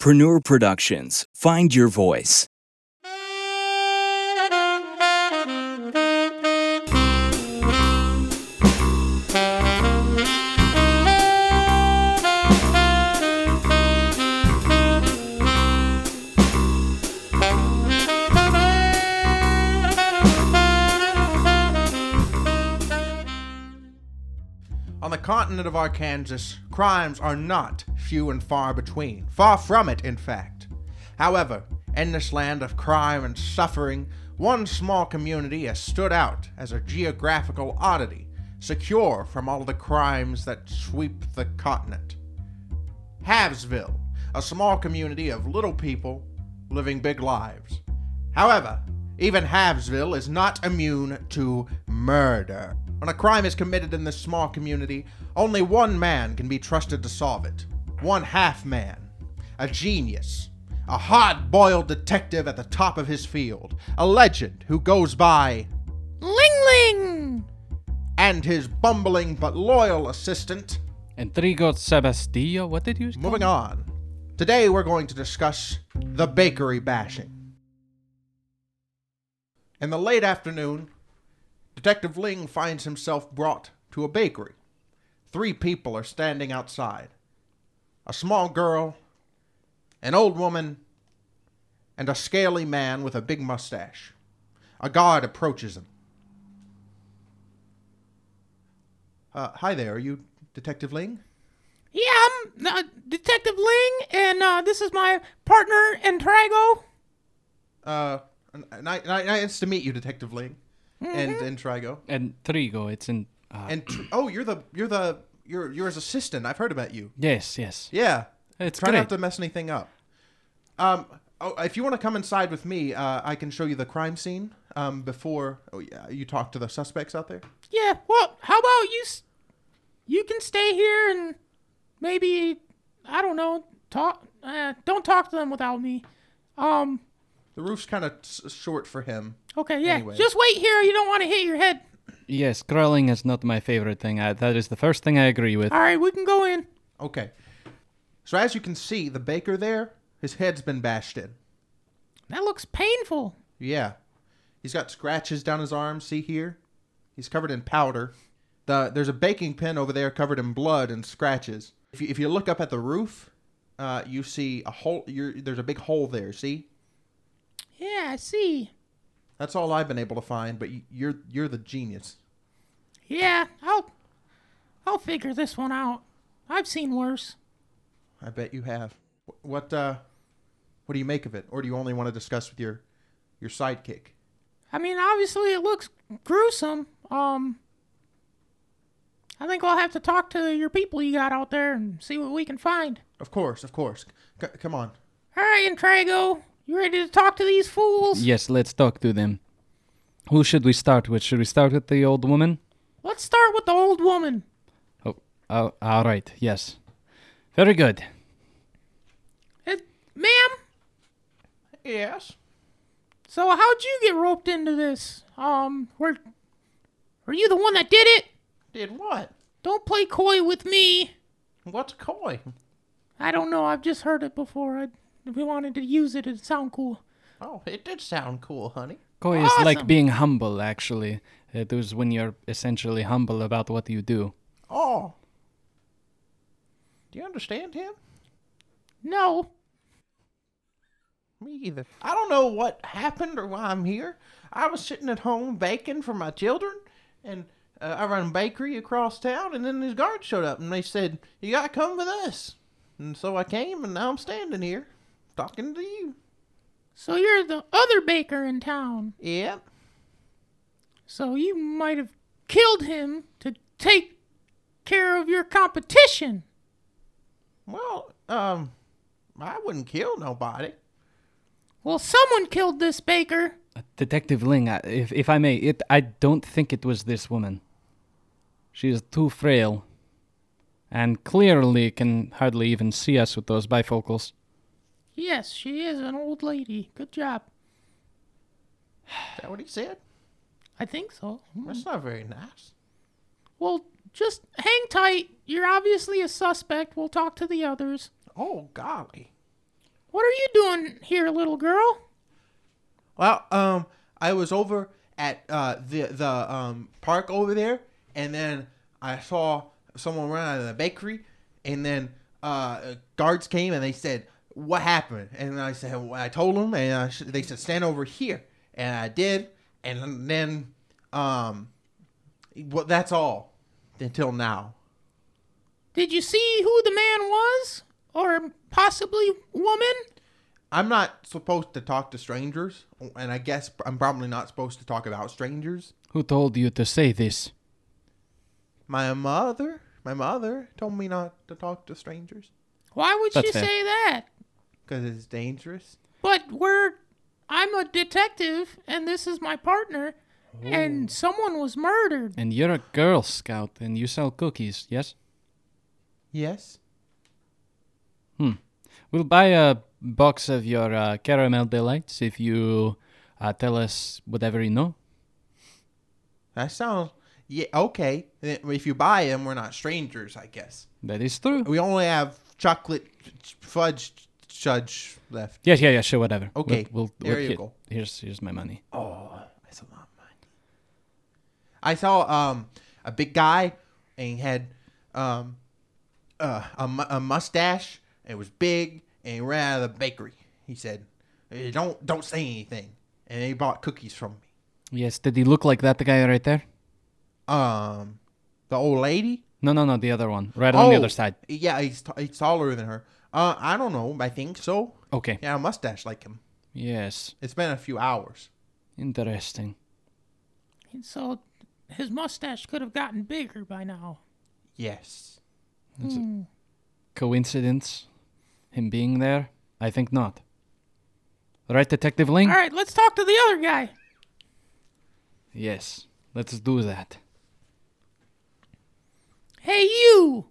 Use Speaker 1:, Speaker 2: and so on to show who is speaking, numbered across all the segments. Speaker 1: Mompreneur Productions. Find your voice.
Speaker 2: On the continent of Arkansas, crimes are not few and far between. Far from it, in fact. However, in this land of crime and suffering, one small community has stood out as a geographical oddity, secure from all the crimes that sweep the continent. Havesville, a small community of little people living big lives. However, even Havesville is not immune to murder. When a crime is committed in this small community, only one man can be trusted to solve it. One half man. A genius. A hard boiled detective at the top of his field. A legend who goes by
Speaker 3: Ling Ling!
Speaker 2: and his bumbling but loyal assistant,
Speaker 4: Enrico Sebastillo, what did you call
Speaker 2: Moving
Speaker 4: him?
Speaker 2: on. Today we're going to discuss the bakery bashing. In the late afternoon, Detective Ling finds himself brought to a bakery. Three people are standing outside a small girl, an old woman, and a scaly man with a big mustache. A guard approaches him. Uh, hi there, are you Detective Ling?
Speaker 3: Yeah, I'm uh, Detective Ling, and uh, this is my partner, Entrago.
Speaker 2: Uh, n- n- ni- ni- nice to meet you, Detective Ling, and and Trigo.
Speaker 4: Enrico, it's in. Uh,
Speaker 2: And tr- oh, you're the you're the you're you're his assistant. I've heard about you.
Speaker 4: yes, yes.
Speaker 2: Yeah,
Speaker 4: It's
Speaker 2: try not
Speaker 4: great.
Speaker 2: to mess anything up. Um, oh, if you want to come inside with me, uh, I can show you the crime scene. Um, before oh, yeah, you talk to the suspects out there.
Speaker 3: Yeah, well, how about you? s- You can stay here and maybe, I don't know, talk. Uh, don't talk to them without me. Um,
Speaker 2: The roof's kind of s- short for him.
Speaker 3: okay, yeah.
Speaker 2: Anyway.
Speaker 3: Just wait here. You don't want to hit your head.
Speaker 4: Yes, curling is not my favorite thing. I, that is the first thing I agree with.
Speaker 3: All right, we can go in.
Speaker 2: Okay. So as you can see, the baker there, his head's been bashed in.
Speaker 3: That looks painful.
Speaker 2: Yeah. He's got scratches down his arm, see here? He's covered in powder. The, there's a baking pin over there covered in blood and scratches. If you, if you look up at the roof, uh, you see a hole. You're, there's a big hole there, see?
Speaker 3: Yeah, I see.
Speaker 2: That's all I've been able to find, but y- you're, you're the genius.
Speaker 3: Yeah, I'll, I'll figure this one out. I've seen worse.
Speaker 2: I bet you have. Wh- What, uh, what do you make of it? Or do you only want to discuss with your, your sidekick?
Speaker 3: I mean, obviously it looks gruesome. Um, I think I'll have to talk to your people you got out there and see what we can find.
Speaker 2: Of course, of course. C- come on.
Speaker 3: All right, Intrago, you ready to talk to these fools?
Speaker 4: Yes, let's talk to them. Who should we start with? Should we start with the old woman?
Speaker 3: Let's start with the old woman.
Speaker 4: Oh, oh all right. Yes. Very good.
Speaker 3: Eh, ma'am,
Speaker 2: Yes.
Speaker 3: so how'd you get roped into this? Um, were, were you the one that did it?
Speaker 2: Did what?
Speaker 3: Don't play coy with me.
Speaker 2: What's coy?
Speaker 3: I don't know. I've just heard it before. I, we wanted to use it. It sound cool.
Speaker 2: Oh, it did sound cool, honey.
Speaker 4: Koi is like
Speaker 3: Awesome.
Speaker 4: being humble, actually. It is when you're essentially humble about what you do.
Speaker 2: Oh. Do you understand him?
Speaker 3: No,
Speaker 2: Me either. I don't know what happened or why I'm here. I was sitting at home baking for my children, and uh, I run a bakery across town, and then these guards showed up, and they said, You gotta come with us. And so I came, and now I'm standing here talking to you.
Speaker 3: So you're the other baker in town.
Speaker 2: Yep.
Speaker 3: So you might have killed him to take care of your competition.
Speaker 2: Well, um, I wouldn't kill nobody.
Speaker 3: Well, someone killed this baker.
Speaker 4: Uh, Detective Ling, I- if if I may, it I don't think it was this woman. She is too frail, and clearly can hardly even see us with those bifocals.
Speaker 3: Yes, she is an old lady. Good job.
Speaker 2: Is that what he said?
Speaker 3: I think so.
Speaker 2: That's not very nice.
Speaker 3: Well, just hang tight. You're obviously a suspect. We'll talk to the others.
Speaker 2: Oh, golly.
Speaker 3: What are you doing here, little girl?
Speaker 2: Well, um, I was over at uh, the the um, park over there, and then I saw someone run out of the bakery, and then uh, guards came and they said, "What happened?" And I said, well, "I told them," and I sh- they said, "Stand over here," and I did, and then, um, well, that's all until now.
Speaker 3: Did you see who the man was? Or possibly woman?
Speaker 2: I'm not supposed to talk to strangers, and I guess I'm probably not supposed to talk about strangers.
Speaker 4: Who told you to say this?
Speaker 2: My mother, my mother told me not to talk to strangers
Speaker 3: Why would
Speaker 4: That's
Speaker 3: she
Speaker 4: fair.
Speaker 3: say that?
Speaker 2: because it's dangerous.
Speaker 3: But we're I'm a detective and this is my partner and someone was murdered.
Speaker 4: And you're a Girl Scout and you sell cookies, yes?
Speaker 2: Yes.
Speaker 4: We'll buy a box of your uh, caramel delights if you uh, tell us whatever you know.
Speaker 2: That sounds yeah okay. Then If you buy them, we're not strangers, I guess.
Speaker 4: That is true.
Speaker 2: We only have chocolate fudge judge left.
Speaker 4: Yes, yeah, yeah, sure, whatever. We'll-
Speaker 2: Okay,
Speaker 4: we'll,
Speaker 2: there you
Speaker 4: here-
Speaker 2: go.
Speaker 4: Here's here's my money.
Speaker 2: Oh, that's a lot of money. I saw um a big guy and he had um uh, a, mu- a mustache. It was big and he ran out of the bakery. He said, "Eh, "Don't don't say anything." And he bought cookies from me.
Speaker 4: Yes, did he look like that guy right there?
Speaker 2: Um, the old lady.
Speaker 4: No, no, no, the other one, right on the
Speaker 2: Oh,
Speaker 4: other side.
Speaker 2: Yeah, he's, t- he's taller than her. Uh, I don't know. I think so.
Speaker 4: Okay.
Speaker 2: Yeah, a mustache like him.
Speaker 4: Yes,
Speaker 2: It's been a few hours.
Speaker 4: interesting.
Speaker 3: And so his mustache could have gotten bigger by now.
Speaker 2: Yes.
Speaker 4: Coincidence, him being there? I think not. Right, Detective Ling?
Speaker 3: All right, let's talk to the other guy.
Speaker 4: Yes, let's do that.
Speaker 3: Hey you.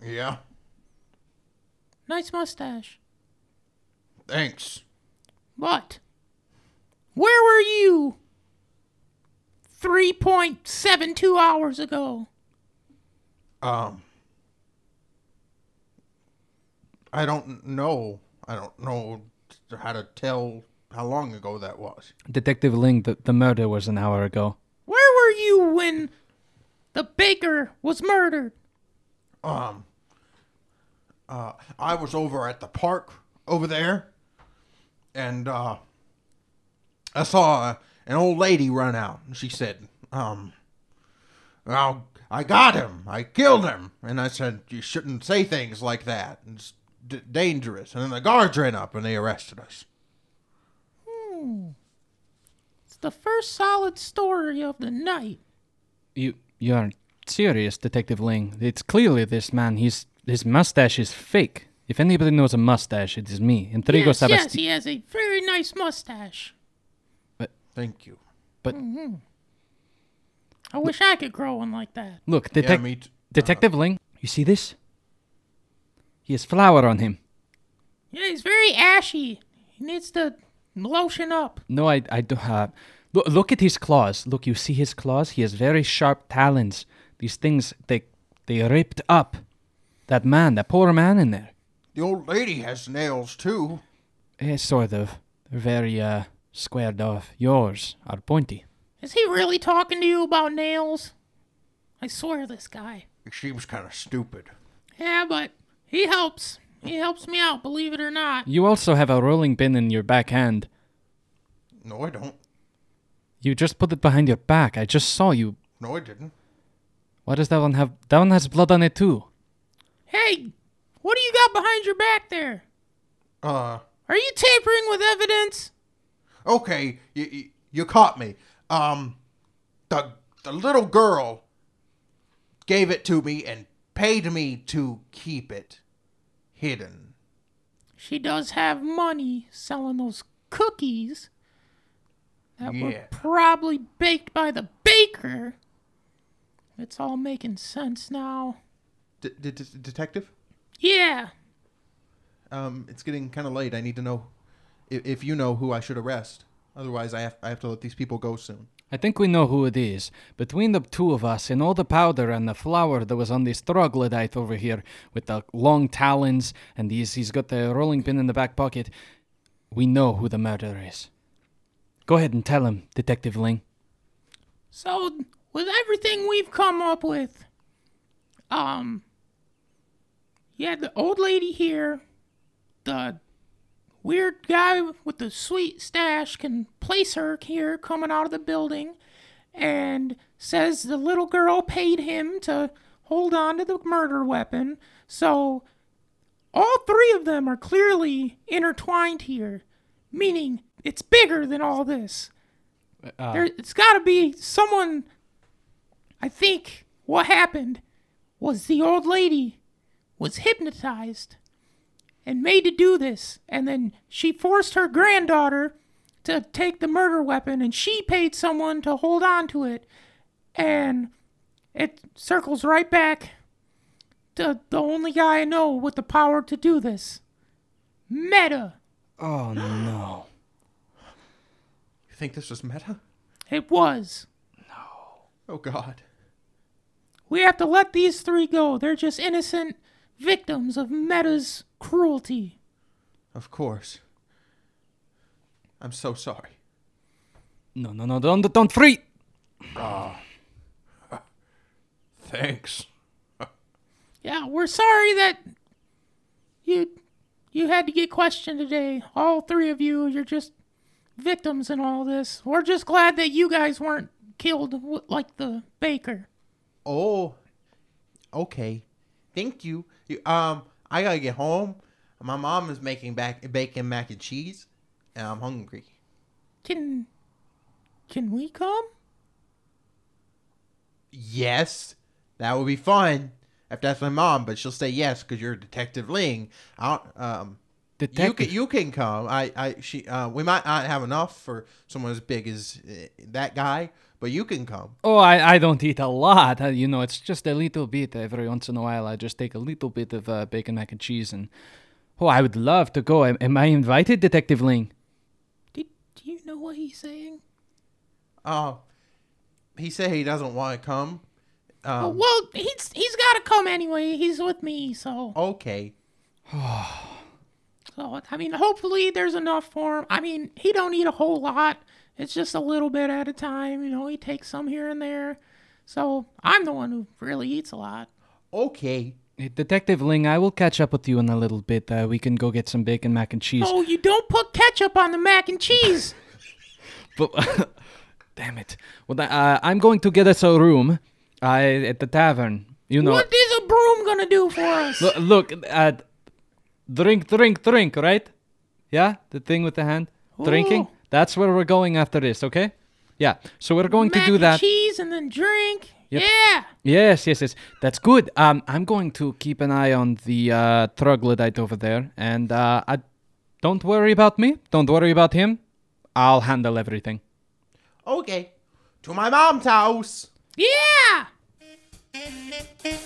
Speaker 2: Yeah.
Speaker 3: Nice mustache.
Speaker 2: Thanks.
Speaker 3: But where were you 3.72 hours ago?
Speaker 2: Um. I don't know. I don't know how to tell how long ago that was.
Speaker 4: Detective Ling, the, the murder was an hour ago.
Speaker 3: Where were you when the baker was murdered?
Speaker 2: Um. Uh, I was over at the park over there, and uh, I saw a, an old lady run out. And she said, "Um, well, I got him. I killed him." And I said, "You shouldn't say things like that. It's d- dangerous." And then the guards ran up and they arrested us.
Speaker 3: It's the first solid story of the night.
Speaker 4: You you are serious, Detective Ling. It's clearly this man. He's his mustache is fake. If anybody knows a mustache, it is me. Intrigo
Speaker 3: yes, yes,
Speaker 4: Sabasti-
Speaker 3: he has a very nice mustache.
Speaker 2: Thank you.
Speaker 4: But
Speaker 3: Mm-hmm. I wish I could grow one like that.
Speaker 4: look, detec-
Speaker 2: me t-
Speaker 4: Detective Ling, you see this? He has flour on him.
Speaker 3: Yeah, he's very ashy. He needs to lotion up.
Speaker 4: No, I I do have. look, look at his claws. Look, you see his claws. He has very sharp talons. These things they they ripped up. That man, that poor man in there.
Speaker 2: The old lady has nails too.
Speaker 4: Eh, sort of. They're very uh squared off. Yours are pointy.
Speaker 3: Is he really talking to you about nails? I swear this guy.
Speaker 2: She was kind of stupid.
Speaker 3: Yeah, but he helps. He helps me out, believe it or not.
Speaker 4: You also have a rolling pin in your back hand.
Speaker 2: No, I don't.
Speaker 4: You just put it behind your back. I just saw you.
Speaker 2: No, I didn't.
Speaker 4: Why does that one have? That one has blood on it too.
Speaker 3: Hey, what do you got behind your back there?
Speaker 2: Uh,
Speaker 3: Are you tampering with evidence?
Speaker 2: okay, you, you, you caught me. Um, the the little girl gave it to me and paid me to keep it hidden.
Speaker 3: She does have money selling those cookies that
Speaker 2: Yeah.
Speaker 3: were probably baked by the baker. It's all making sense now.
Speaker 2: D- d- d- detective,
Speaker 3: Yeah.
Speaker 2: um, it's getting kind of late. I need to know if, if you know who I should arrest. Otherwise, I have I have to let these people go soon.
Speaker 4: I think we know who it is. Between the two of us and all the powder and the flour that was on this troglodyte over here with the long talons and these, he's got the rolling pin in the back pocket, we know who the murderer is. Go ahead and tell him, Detective Ling.
Speaker 3: So, with everything we've come up with, um, you had the old lady here, the weird guy with the sweet stash can place her here coming out of the building and says the little girl paid him to hold on to the murder weapon. So, all three of them are clearly intertwined here, meaning it's bigger than all this. There, it's got to be someone. I think what happened was the old lady was hypnotized and made to do this, and then she forced her granddaughter to take the murder weapon, and she paid someone to hold on to it, and it circles right back to the only guy I know with the power to do this. Meta.
Speaker 4: Oh no.
Speaker 2: You think this was meta?
Speaker 3: It was.
Speaker 2: Oh god.
Speaker 3: We have to let these three go. They're just innocent victims of Meta's cruelty.
Speaker 2: Of course. I'm so sorry.
Speaker 4: No, no, no, don't, don't free!
Speaker 2: Thanks.
Speaker 3: Yeah, we're sorry that you you had to get questioned today. All three of you, you're just victims in all this. We're just glad that you guys weren't killed w- like the baker.
Speaker 2: Oh, okay. Thank you. you. Um, I gotta get home. My mom is making back bacon mac and cheese, and I'm hungry.
Speaker 3: Can can we come?
Speaker 2: Yes, that would be fun if that's my mom, but she'll say yes because you're Detective Ling. I don't, um, you
Speaker 4: Detective.
Speaker 2: can you can come. I I she uh, we might not have enough for someone as big as uh, that guy, but you can come.
Speaker 4: Oh, I, I don't eat a lot. Uh, You know, it's just a little bit every once in a while. I just take a little bit of uh, bacon, mac, and cheese, and oh, I would love to go. Am, am I invited, Detective Ling?
Speaker 3: Did do you know what he's saying?
Speaker 2: Oh, he said he doesn't want to come.
Speaker 3: Oh,
Speaker 2: Um,
Speaker 3: well, he's he's got to come anyway. He's with me, so
Speaker 2: okay.
Speaker 3: So I mean, hopefully there's enough for him. I mean, he don't eat a whole lot. It's just a little bit at a time. You know, he takes some here and there. So I'm the one who really eats a lot.
Speaker 2: Okay.
Speaker 4: Hey, Detective Ling, I will catch up with you in a little bit. Uh, we can go get some bacon, mac, and cheese.
Speaker 3: Oh, you don't put ketchup on the mac and cheese.
Speaker 4: But damn it! Well, th- uh, I'm going to get us a room uh, at the tavern. You know,
Speaker 3: What is a broom gonna do for us?
Speaker 4: Lo- look, uh, drink, drink, drink, right? Yeah, the thing with the hand, drinking.
Speaker 3: Ooh.
Speaker 4: That's where we're going after this, okay? Yeah. So we're going
Speaker 3: mac
Speaker 4: to do
Speaker 3: and
Speaker 4: that.
Speaker 3: cheese and then drink.
Speaker 4: Yep.
Speaker 3: Yeah.
Speaker 4: Yes, yes, yes. That's good. Um, I'm going to keep an eye on the uh, troglodyte over there, and uh, I, don't worry about me. Don't worry about him. I'll handle everything.
Speaker 2: Okay. To my mom's house.
Speaker 3: Yeah.
Speaker 5: Thank you.